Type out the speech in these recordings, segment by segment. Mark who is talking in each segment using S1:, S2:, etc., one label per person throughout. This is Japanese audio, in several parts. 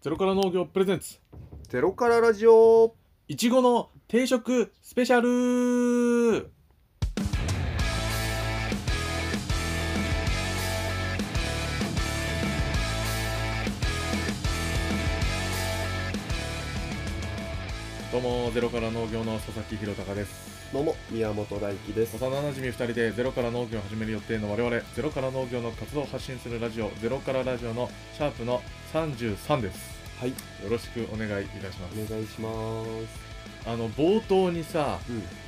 S1: ゼロから農業プレゼンツ
S2: ゼロからラジオ
S1: いちごの定食スペシャルどうもゼロから農業の佐々木弘隆です
S2: どうも宮本大輝です
S1: 幼なじみ2人でゼロから農業を始める予定の我々ゼロから農業の活動を発信するラジオゼロからラジオのシャープの33です
S2: はい
S1: よろしくお願いいたします
S2: お願いします
S1: あの冒頭にさ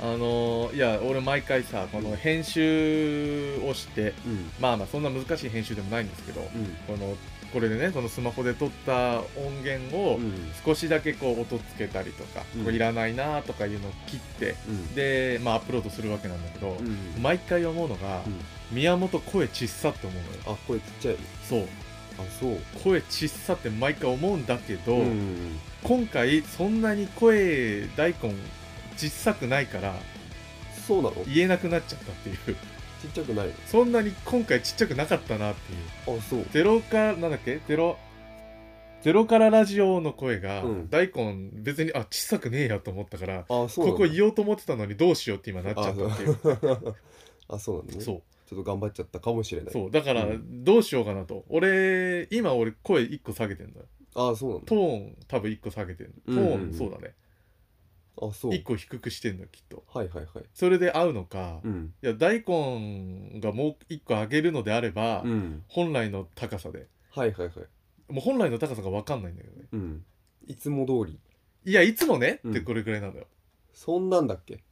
S2: うん
S1: あのいや俺毎回さこの編集をして
S2: うん
S1: まあまあそんな難しい編集でもないんですけど
S2: う
S1: このこれでねそのスマホで撮った音源を
S2: んうん
S1: 少しだけこう音つけたりとか、
S2: うん
S1: こういらないなとかいうのを切って
S2: うん
S1: でまあアップロードするわけなんだけど、
S2: うん
S1: 毎回思うのが、
S2: うん
S1: 宮本声ちっさって思うのよ
S2: あこれちっちゃい
S1: そう
S2: あそう
S1: 声ちっさって毎回思うんだけど、
S2: ん
S1: 今回そんなに声大根ちっさくないから
S2: そうなのちっ
S1: 言えなくなっちゃったっていう
S2: ちゃくないの
S1: そんなに今回ちっちゃくなかったなっていう
S2: あそう
S1: ゼロからなんだっけゼロゼロからラジオの声が、
S2: うん
S1: 大根別にあちっさくねえやと思ったから
S2: あそうな
S1: こ
S2: の
S1: こ言おうと思ってたのにどうしようって今なっちゃったっていう
S2: うあそうなんだねち
S1: そ
S2: ょっ
S1: う
S2: と頑張っちゃったかもしれない
S1: そうだから
S2: う
S1: どうしようかなと、俺今俺声1個下げてんだよ
S2: あそうなんだ
S1: トーン多分1個下げてるト
S2: うんうん
S1: ーン、
S2: うん
S1: そうだね
S2: あそう
S1: 1個低くしてんのきっと
S2: はいはいはい
S1: それで合うのか、い
S2: ん
S1: や大根がもう1個上げるのであれば、
S2: うん
S1: 本来の高さで
S2: はいはいはい
S1: もう本来の高さが分かんないんだけどね
S2: うんいつも通り
S1: いやいつもね
S2: うん
S1: ってこれくらいなんだよ、
S2: そんなんだっけ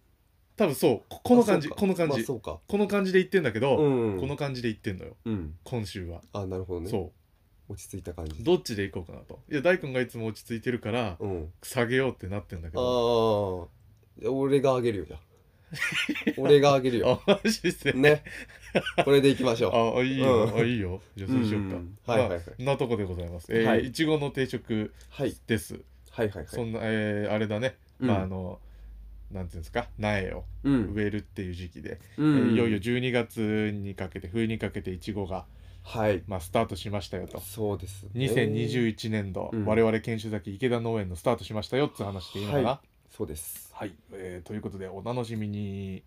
S1: 多分そうここの感じ
S2: あそうか
S1: この感じ、
S2: まあそうか
S1: この感じで言ってんだけど、
S2: うん
S1: この感じで言ってんのよ
S2: うん
S1: 今週は、
S2: あなるほどね
S1: そ
S2: 落ち着いた感
S1: う
S2: じ
S1: どっちでいこうかなといや大根がいつも落ち着いてるから、
S2: うん
S1: 下げようってなってんだけ
S2: あ
S1: ど
S2: ーじゃあ俺があげるよじゃあ俺があげるよ
S1: あマジで
S2: ねこれでいきましょ
S1: ああいいよ、
S2: うん
S1: あいいよじゃあそうしようか、
S2: うんうんはいはいはい
S1: まあそんなとこでございますえー、
S2: はいい
S1: ちごの定食
S2: うはい
S1: です、
S2: はいはいは
S1: そ
S2: い
S1: んなえーあれだね、
S2: うん
S1: まああのなんていうんですか苗を
S2: うん
S1: 植えるっていう時期で、
S2: う
S1: えー
S2: ん
S1: いよいよ12月にかけて冬にかけていちごが、
S2: はい
S1: まあ、スタートしましたよと
S2: そうですね
S1: 2021年度、
S2: うん
S1: 我々研修先池田農園のスタートしましたよって話でいいのかな、
S2: はそうです
S1: はい、えーということでお楽しみに。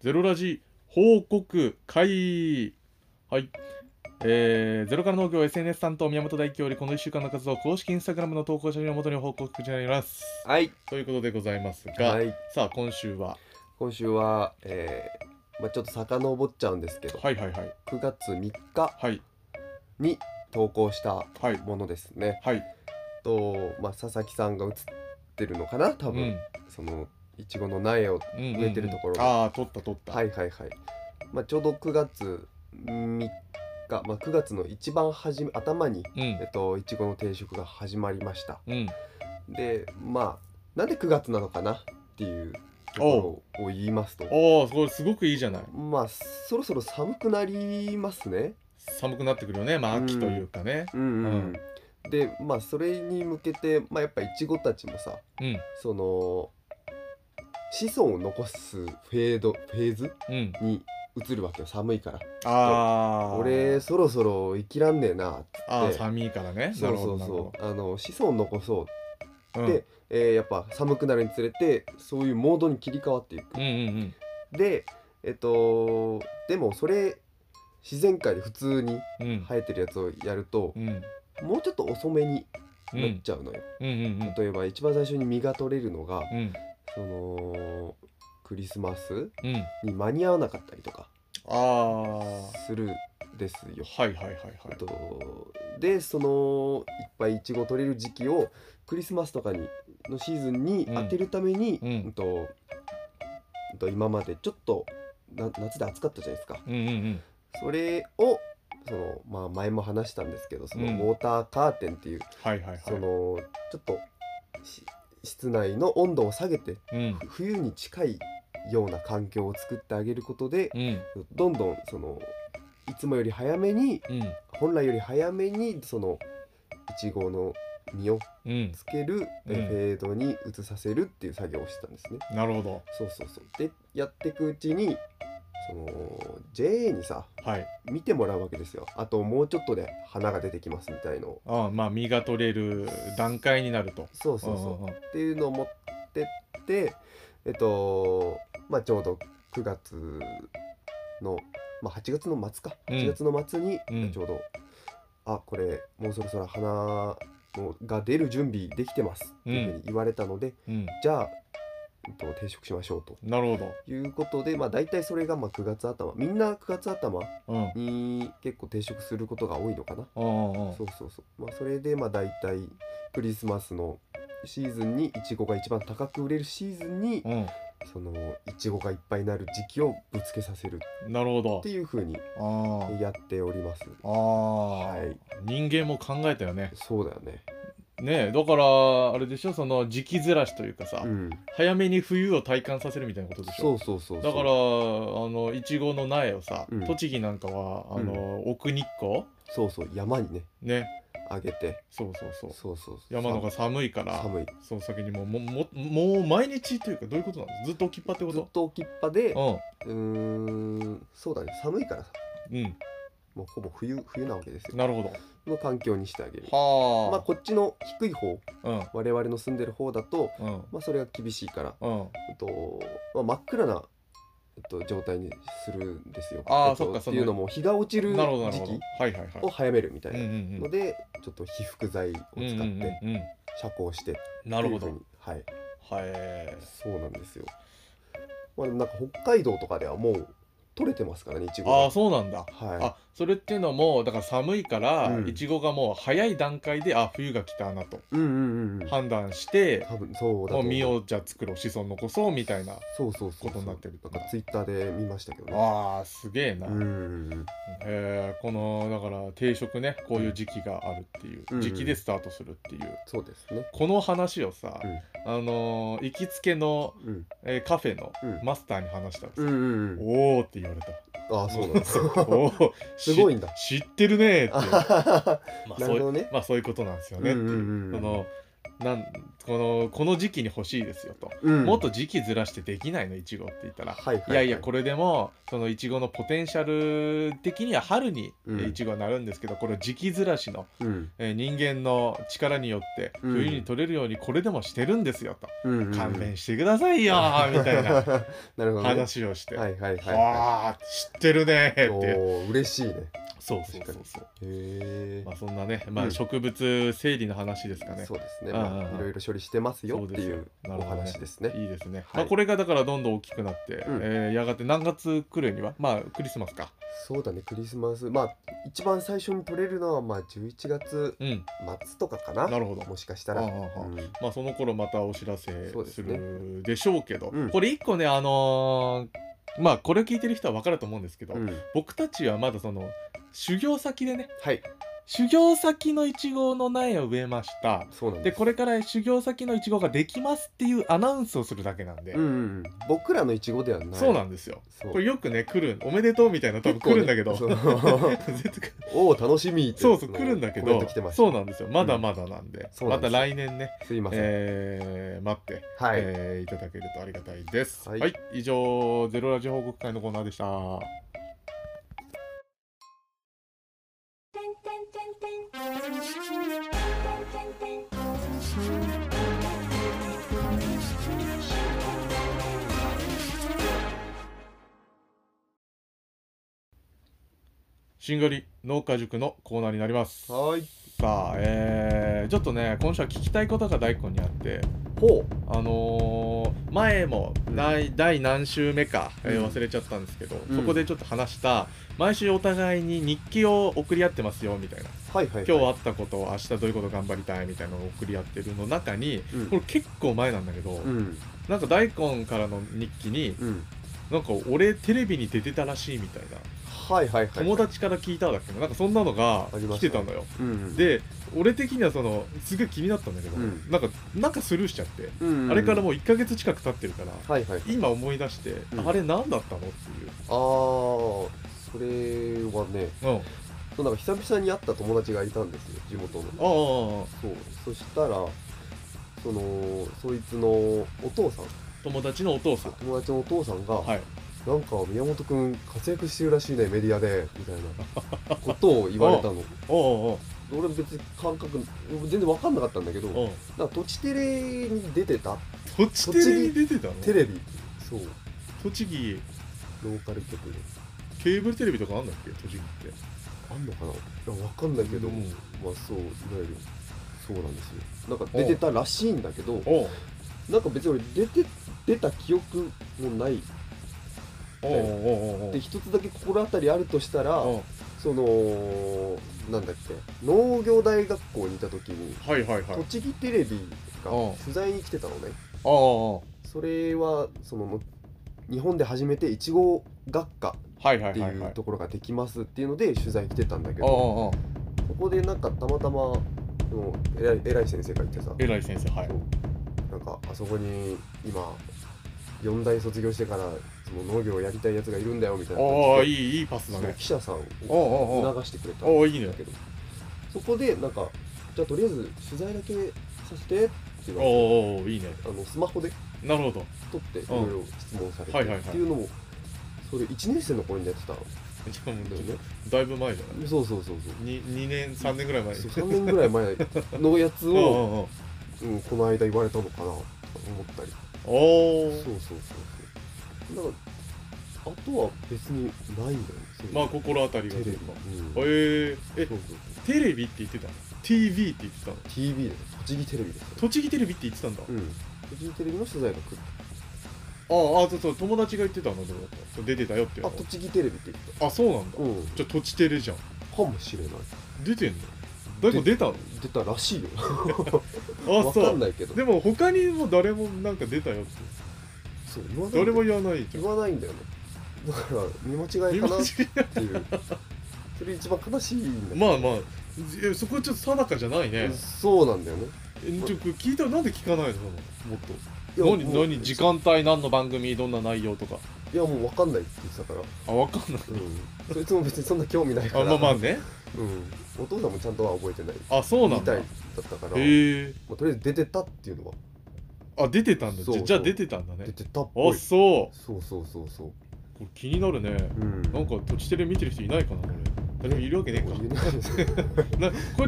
S1: ゼロラジ報告会はいえー、ゼロから農業 SNS 担当宮本大輝よりこの1週間の活動を公式インスタグラムの投稿者にもとに報告になります
S2: はい
S1: ということでございますが、
S2: はい
S1: さあ今週は
S2: 今週はえーまあちょっと遡っちゃうんですけど
S1: はいはいはい
S2: 9月3日
S1: はい
S2: に投稿した
S1: はい
S2: ものですね
S1: はい
S2: とまあ佐々木さんが映ってるのかな多
S1: うん
S2: 分そのいちごの苗を
S1: うんうんうん
S2: 植えてるところ
S1: ああ取った取った
S2: はいはいはい、まあ、ちょうど9月3日、まあ、9月の一番初め頭に、
S1: うん
S2: えっと、いちごの定食が始まりました
S1: うん
S2: でまあなんで9月なのかなっていうところを言いますと
S1: おおこれすごくいいじゃない
S2: まあそろそろ寒くなりますね
S1: 寒くなってくるよねまあ
S2: うん
S1: 秋というかね
S2: うんうん、
S1: うん
S2: でまあそれに向けて、まあ、やっぱいちごたちもさ
S1: うん
S2: その子孫を残すフェードフェーズ
S1: うん、
S2: に移るわけよ寒いから
S1: ああ
S2: 俺そろそろ生きらんねえなっつって
S1: ああ寒いからね
S2: そうそう
S1: なるほど
S2: そうあの子孫残そう、
S1: なるほど
S2: で、えーやっぱ寒くなるにつれてそういうモードに切り替わっていく、
S1: うん、うんうん
S2: でえっとでもそれ自然界で普通に
S1: うんうん
S2: 生えてるやつをやると
S1: う、ん
S2: もうちょっと遅めに
S1: うん
S2: なっちゃうのよ、
S1: うんうん
S2: 例えば一番最初に実が取れるのが、
S1: うん
S2: そのクリスマス
S1: うん
S2: に間に合わなかったりとか
S1: ああ
S2: するですよ
S1: はいはいはいはい
S2: えっとでそのいっぱいイチゴ取れる時期をクリスマスとかにのシーズンに当てるために、
S1: うん
S2: えっとえっと今までちょっとな夏で暑かったじゃないですか
S1: うんうんうん
S2: それをその、まあ、前も話したんですけどその
S1: うん
S2: ウォーターカーテンっていう、
S1: はいはいはい
S2: そのちょっとし室内の温度を下げて
S1: うん
S2: 冬に近いような環境を作ってあげることで
S1: うん
S2: どんどんそのいつもより早めに
S1: うん
S2: 本来より早めにそのいちごの実を
S1: うん
S2: つける、え
S1: うん
S2: フェードに移させるっていう作業をしてたんですね。
S1: なるほど
S2: そうそうそうでやっていくうちにその JA にさ
S1: はい
S2: 見てもらうわけですよあともうちょっとで花が出てきますみたいのを
S1: ああまあ実が取れる段階になると
S2: そうそうそう、
S1: んんん
S2: っていうのを持ってってえっとまあちょうど9月の、まあ、8月の末か
S1: うん
S2: 8月の末に、
S1: うん
S2: ちょうどあこれもうそろそろ花のが出る準備できてますっていうふうに言われたので、
S1: うん
S2: じゃあ、えっと、定食しましょうと
S1: なるほど
S2: いうことで、まあ、大体それがまあ9月頭みんな9月頭
S1: うん
S2: に結構定食することが多いのかな。
S1: うんうんうん
S2: そうそうそう、まあ、それでまあ大体クリスマスのシーズンにいちごが一番高く売れるシーズンに
S1: うん
S2: そのいちごがいっぱいになる時期をぶつけさせる
S1: なるほど
S2: っていう風に
S1: あ
S2: やっております
S1: あああ
S2: はい
S1: 人間も考えたよね
S2: そうだよね
S1: ねえだからあれでしょその時期ずらしというかさ、
S2: うん
S1: 早めに冬を体感させるみたいなことでし
S2: そ
S1: ょ
S2: うそうそうそ
S1: だ
S2: う
S1: からあのいちごの苗をさ、
S2: うん
S1: 栃木なんかはあの、奥日光
S2: そうそう山にね
S1: ね
S2: あげて
S1: そうそうそう
S2: そうそうそう
S1: 山の方が寒いから
S2: 寒い
S1: その先にももももう毎日というかどういうことなのずっと置きっぱってこ
S2: ずっ
S1: と
S2: と置きっぱで
S1: う
S2: うーんそうだね寒いからさ
S1: んうん
S2: もうほぼ冬冬なわけですよ
S1: なるほど
S2: の環境にしてあげるまあ
S1: は
S2: こっちの低い方
S1: あ、
S2: 我々の住んでる方だと
S1: うんうん
S2: まあそれが厳しいから
S1: うん
S2: えっとまあ、真っ暗な、えっと、状態にするんですよ。
S1: あー
S2: えと
S1: そっかそ
S2: っ
S1: の
S2: ていうのも日が落ちる
S1: なるほどなる
S2: 時
S1: ほど
S2: 期
S1: はいはいはい
S2: を早めるみたい
S1: うんう
S2: なんので、ちょっと被覆剤を使
S1: うんうん
S2: っ
S1: うん
S2: て
S1: うんうん
S2: 遮光してって
S1: ないる
S2: う
S1: ほ
S2: ふうに
S1: ど、
S2: はい、
S1: はい
S2: そうなんですよ。まあ、でもなんか北海道とかではもう取れてますからねいちご
S1: あ
S2: が
S1: あそうなんだ
S2: は
S1: あそれっていうのもだから寒いから、
S2: うん
S1: いちごがもう早い段階であ冬が来たなと
S2: い。うんうんうんうん。
S1: 判断して、
S2: 多分そうだ
S1: もう
S2: と思う
S1: 実をじゃあ作ろう子孫残そうみたいな
S2: そうそうそうそう
S1: ことになってると
S2: なんかツイッターで見ましたけどね。
S1: あーすげえな、
S2: うんうんうん
S1: えーこのだから定食ねこういう時期があるっていう、
S2: うんうん
S1: 時期でスタートするっていう
S2: そうですね。
S1: この話をさ、あのー行きつけの、
S2: うん
S1: えーカフェの
S2: うん
S1: マスターに話したらさ、
S2: うんうんうん。
S1: おーって言われた
S2: ああそうなんですよ。
S1: おー
S2: すごい んだ
S1: 知知ってるねーっていうまあそ
S2: な
S1: うい
S2: るほ
S1: う
S2: どね。
S1: まあそういうことなんですよねっていう,、
S2: うんうんうんうん
S1: そのなんこのこの時期に欲しいですよと、
S2: うん
S1: もっと時期ずらしてできないのいちごって言ったら、
S2: はいはい
S1: いやいやこれでもそのいちごのポテンシャル的には春に
S2: うん
S1: いちごになるんですけど、これを時期ずらしの、
S2: れ、うん
S1: えー人間の力によって
S2: うん
S1: 冬に取れるようにこれでもしてるんですよと、
S2: うんうんうん
S1: 勘弁してくださ いよーみたいな
S2: なるほど、ね、
S1: 話をして。
S2: は
S1: はい
S2: はいはいは
S1: あ知ってるね
S2: い
S1: ーっていう
S2: おー嬉しいね
S1: そうそうそうそう
S2: へえ、
S1: まあそんなね、ま
S2: う
S1: あ、
S2: ん
S1: 植物整理の話ですかね、
S2: そうですね、
S1: うんうんうん
S2: まあ、いろいろ処理してますよってい
S1: そう
S2: う
S1: ですよ
S2: お話ですね
S1: いいですね、
S2: い
S1: まあ、これがだからどんどん大きくなって、
S2: ん
S1: えーやがて何月くらいにはまあクリスマスか
S2: そうだねクリスマスまあ一番最初に取れるのはまあ11月
S1: うん
S2: 末とかかな
S1: なるほど
S2: もしかしたら
S1: ああああ
S2: うん
S1: まあその頃またお知らせ
S2: そうです
S1: す
S2: ね
S1: るでしょうけど
S2: うん
S1: これ一個ねあのーまあこれを聞いてる人は分かると思うんですけど、
S2: うん
S1: 僕たちはまだその修行先でね
S2: はい
S1: 修行先のイチゴの苗を植えました
S2: そうなん
S1: で
S2: です
S1: これから修行先のイチゴができますっていうアナウンスをするだけなんで、
S2: うんうんうん、僕らのいちごではない
S1: そうなんですよ
S2: そう
S1: これよくね来るおめでとうみたいな多分来るんだけど、
S2: 結構ね
S1: 絶対
S2: おお楽しみって
S1: そうそう来るんだけ
S2: コメン
S1: ど
S2: ト来てました
S1: そうなんですよまだまだなんで、
S2: そうな
S1: ま
S2: んで
S1: た
S2: す
S1: 来年ね、
S2: すいません、
S1: えー待って、
S2: はい、
S1: えーいただけるとありがたいですは、
S2: はいい
S1: 以上ゼロラジ報告会のコーナーでしたはしんがり農家塾のコーナーになります
S2: はーい
S1: さあえーちょっとね今週は聞きたいことが大根にあって
S2: ほ
S1: あのー前も、
S2: うん
S1: 第第何週目か、えー
S2: うん
S1: 忘れちゃったんですけど、
S2: うん
S1: そこでちょっと話した毎週お互いに日記を送り合ってますよみたいな
S2: うはいはい
S1: 今日あったことを明日どういうこと頑張りたいみたいなのを送り合ってるの中に
S2: うん
S1: これ結構前なんだけど、
S2: うん
S1: なんか大根からの日記に
S2: うん
S1: なんか俺テレビに出てたらしいみたいな
S2: はいはいはい
S1: 友達から聞いたんだっけどなんかそんなのが
S2: ありま
S1: 来
S2: した
S1: てたのよ。
S2: うんうん
S1: で俺的にはそのすごい気になったんだけど、
S2: うん
S1: なんかなんかスルーしちゃって、
S2: うんうんうん
S1: あれからもう1ヶ月近く経ってるから、
S2: はいはい
S1: 今思い出して、
S2: うん
S1: あれ何だったのっていう、
S2: ああそれはね
S1: うん、
S2: そうなんか久々に会った友達がいたんですよ地元の
S1: ああ
S2: そうそしたらそのそいつのお父さん
S1: 友達のお父さん
S2: 友達のお父さんが、
S1: はい
S2: なんか宮本くん活躍してるらしいねメディアでみたいなことを言われた の
S1: おお
S2: 俺別に感覚全然分かんなかったんだけど
S1: おお
S2: なんか土地テレに出てた
S1: 栃木テレに出てたの
S2: テレビそう
S1: 栃木
S2: ローカル局で
S1: ケーブルテレビとかあんだっけ栃木って
S2: あんのかないや分かんないけど、
S1: うん
S2: まあそういわゆるそうなんですよなんか出てたらしいんだけど
S1: おう
S2: なんか別に俺出て出た記憶もない
S1: おうおうおうおう
S2: で一つだけ心当たりあるとしたら
S1: おう
S2: そのなんだっけ農業大学校にいた時に
S1: はいはいはい
S2: 栃木テレビが
S1: うん
S2: 取材に来てたのね
S1: ああ
S2: それはその日本で初めていちご学科
S1: はいはい
S2: って
S1: はいいは
S2: う
S1: い
S2: ところができますっていうので取材来てたんだけ
S1: ああ
S2: ど
S1: ああ
S2: そこでなんかたまたまその偉い偉い先生がいてさ
S1: 偉い先生はい
S2: そうなんかあそこに今4代卒業してからその農業をやりたいやつがいるんだよみたいな
S1: ああ
S2: 感
S1: い
S2: じで
S1: いいいパスだ
S2: その
S1: ね
S2: 記者さん
S1: おう
S2: を
S1: おうおう
S2: 促してくれたん
S1: おういいね
S2: だけどそこでなんかじゃあとりあえず取材だけさせてって言われて
S1: おうおうおういいね
S2: あのスマホで
S1: なるほど
S2: 撮ってい
S1: うん
S2: ろいろ質問されて
S1: はいはいはい
S2: っていうのもそれ1年生の頃にやってたんだ
S1: じゃあもう
S2: よね
S1: だいぶ前じゃない
S2: そうそうそう
S1: に2年3年ぐらい前
S2: そうそう3年ぐらい前のやつ
S1: お うお
S2: を、
S1: うおう
S2: うん、この間言われたのかなと思ったり
S1: お
S2: そう
S1: う
S2: そうそうそうなんかあとは別にないんだよねそう
S1: まあ心当たりが
S2: テレ
S1: と
S2: ビ、
S1: いうか
S2: うん、そう
S1: えー、え
S2: そうそう
S1: テレビって言ってたの ?TV って言ってたの
S2: TV です栃木テレビですよ
S1: 栃木テレビって言ってたんだ、
S2: うん栃木テレビの取材が来る
S1: あああそうそう友達が言ってたのどうだったそう出てたよっていう
S2: あ
S1: の
S2: 栃木テレビって言っ
S1: あそうなんだ、
S2: たうん
S1: じゃあ土地テレじゃん
S2: かもしれない
S1: 出てんの誰も出たの
S2: 出たらしいよ
S1: あ
S2: わか
S1: そ
S2: ん
S1: う
S2: ないけど
S1: でも他にも誰もなんか出たよって
S2: そう言わないんだよ
S1: 誰も言わないじゃん
S2: 言わないんだよねだから見間違い
S1: 見間
S2: かな
S1: 違
S2: っ
S1: え
S2: ていうそれ一番悲しいんだよ
S1: まあまあえそこはちょっと定かじゃないね、
S2: そうなんだよね
S1: えちょこれ聞いたらなんで聞かないのもっと
S2: いや
S1: 何
S2: もう
S1: 何時間帯何の番組どんな内容とか
S2: いやもう分かんないって言ってたから
S1: あわかんない
S2: うんそいつも別にそんな興味ないか
S1: あ
S2: ら
S1: まあまあね
S2: うん、お父さんもちゃんとは覚えてない
S1: あそうな
S2: み
S1: んだ
S2: たい
S1: へ
S2: だったから、
S1: え
S2: まあ、とりあえず出てたっていうのは
S1: あ出てたんだじ
S2: そう
S1: ゃ
S2: そう
S1: じゃあ出てたんだね
S2: 出てたっぽ
S1: あ
S2: い
S1: そ
S2: そうそうそうそう
S1: うこれ気になるね
S2: う、ん、
S1: なんか土地テレ見てる人いないかなこれ誰もいるわけね
S2: もう
S1: え
S2: 言えないですね
S1: かなこれ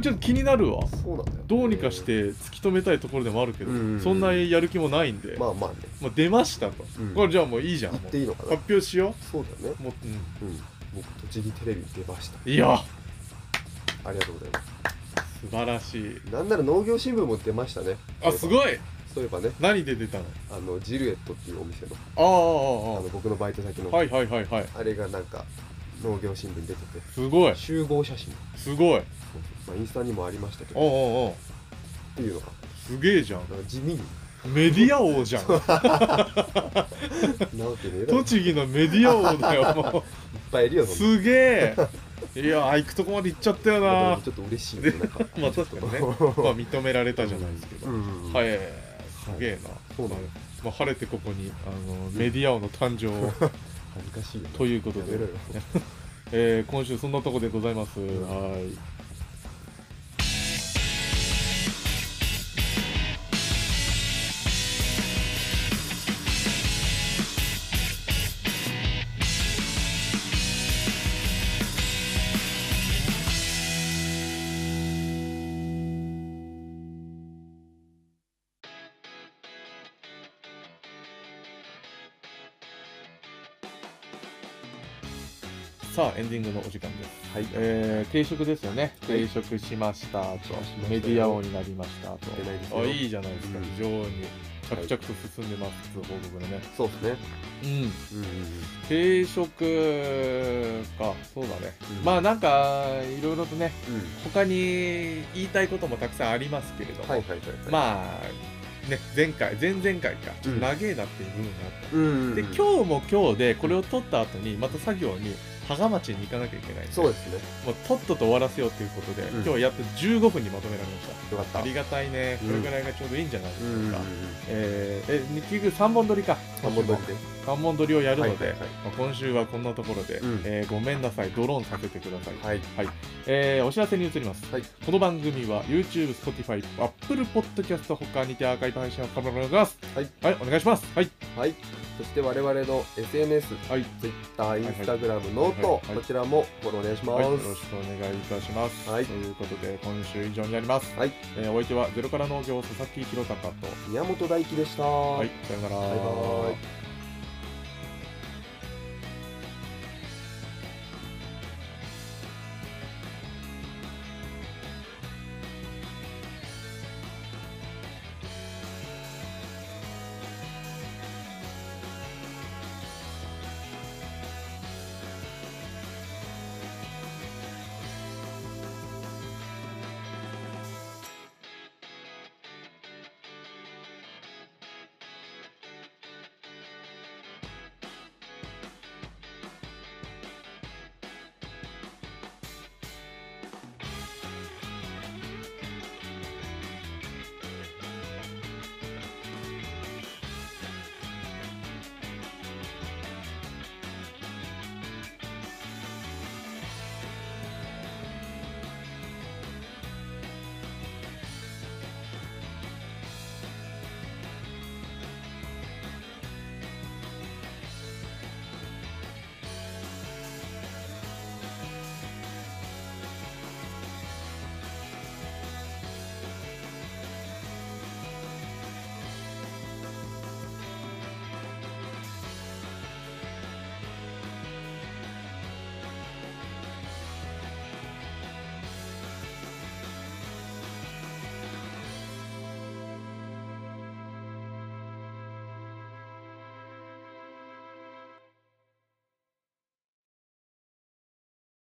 S1: ちょっと気になるわ
S2: そうなんだよね
S1: どうにかして突き止めたいところでもあるけど、
S2: うん
S1: そんなやる気もないんで、
S2: まあまあね
S1: もう出ましたと、
S2: うん
S1: これじゃあもういいじゃん
S2: 言
S1: も
S2: っ
S1: う
S2: ていいのか
S1: 発
S2: な
S1: 表しよ
S2: そうだよね
S1: うもう、
S2: うん僕栃木テレビに出まし
S1: うん、いや
S2: たありがとうございます
S1: 素晴らしい
S2: なんなら農業新聞も出ましたね
S1: あす
S2: い
S1: ごい
S2: そういえばね
S1: 何で出たの
S2: あのジルエットっていうお店の
S1: あ
S2: あ
S1: ああああ
S2: の僕のバイト先の、
S1: あはいはいはいはい
S2: あれがなんか農業新聞に出てて
S1: すごい
S2: 集合写真そう
S1: すごい
S2: そうまあ、インスタにもありましたけ
S1: お
S2: ど
S1: うおう
S2: っ
S1: おう
S2: ていうのが
S1: すげえじゃん
S2: なんか地味に
S1: メディア王じゃん
S2: なわけねえだろいっ
S1: 栃木のメディア王だよも
S2: ぱいいるよ
S1: う
S2: そんな
S1: すげえいやー行くとこまで行っちゃったよな
S2: まあでもちょっと嬉しいねなん か
S1: まあ確 かにねまあ認められたじゃないですけど、
S2: うん
S1: はい
S2: い
S1: すげえな、
S2: そうだね
S1: まあ、晴れてここにあのメディア王の誕生を
S2: 恥ずかしいよ
S1: ということ
S2: やめろ
S1: で
S2: よ、
S1: えー今週そんなとこでございます、
S2: ん
S1: はいさあエンディングのお時間です、
S2: はい
S1: えー定食ですよね
S2: はい
S1: 定食しましたと
S2: しましたよ
S1: メディア王になりましたと
S2: いけないですよ
S1: あいいじゃないですか、
S2: うん
S1: 非常に着々と進んでます、報告でね
S2: そうですね
S1: うん
S2: うんうん
S1: 定食かそうだね、
S2: うん
S1: まあなんかいろいろとね
S2: うん
S1: 他に言いたいこともたくさんありますけれども、
S2: はいはいはいあ
S1: まあね前回前々回か、
S2: うん
S1: 長えなっていう部分があった、
S2: うんうんうん
S1: で今日も今日でこれを取った後にまた作業に芳賀町に行かなきゃいけないんで
S2: そうですね
S1: もうとっとと終わらせようということで、
S2: ん
S1: 今日はやっと15分にまとめられまし
S2: よかったた
S1: ありがたいね
S2: うん
S1: これぐらいがちょうどいいんじゃないで
S2: うんうんう
S1: す
S2: ん
S1: か、えー、え結局3本撮りか
S2: 三本取りで
S1: 三本撮りをやるので、
S2: はいはいはい
S1: まあ今週はこんなところで、
S2: うん
S1: えーごめんなさいドローンさせてください、
S2: はい
S1: えーお知らせに移ります、
S2: はい
S1: この番組は YouTube、Spotify、Apple Podcast 他にてアーカイブ配信を可能になります
S2: はい、
S1: はい、お願いしますはい
S2: はいそして我々の SNS
S1: はい、
S2: Twitter、Instagram、ノート
S1: はいはい
S2: こちらもフォローお願いしま
S1: はい、よろし
S2: す
S1: くお願いいたします、
S2: はい
S1: ということで今週以上になります、
S2: はい
S1: えーお相手はゼロから農業佐々木弘隆と
S2: 宮本大輝でした
S1: はい、さよなら
S2: バイバイ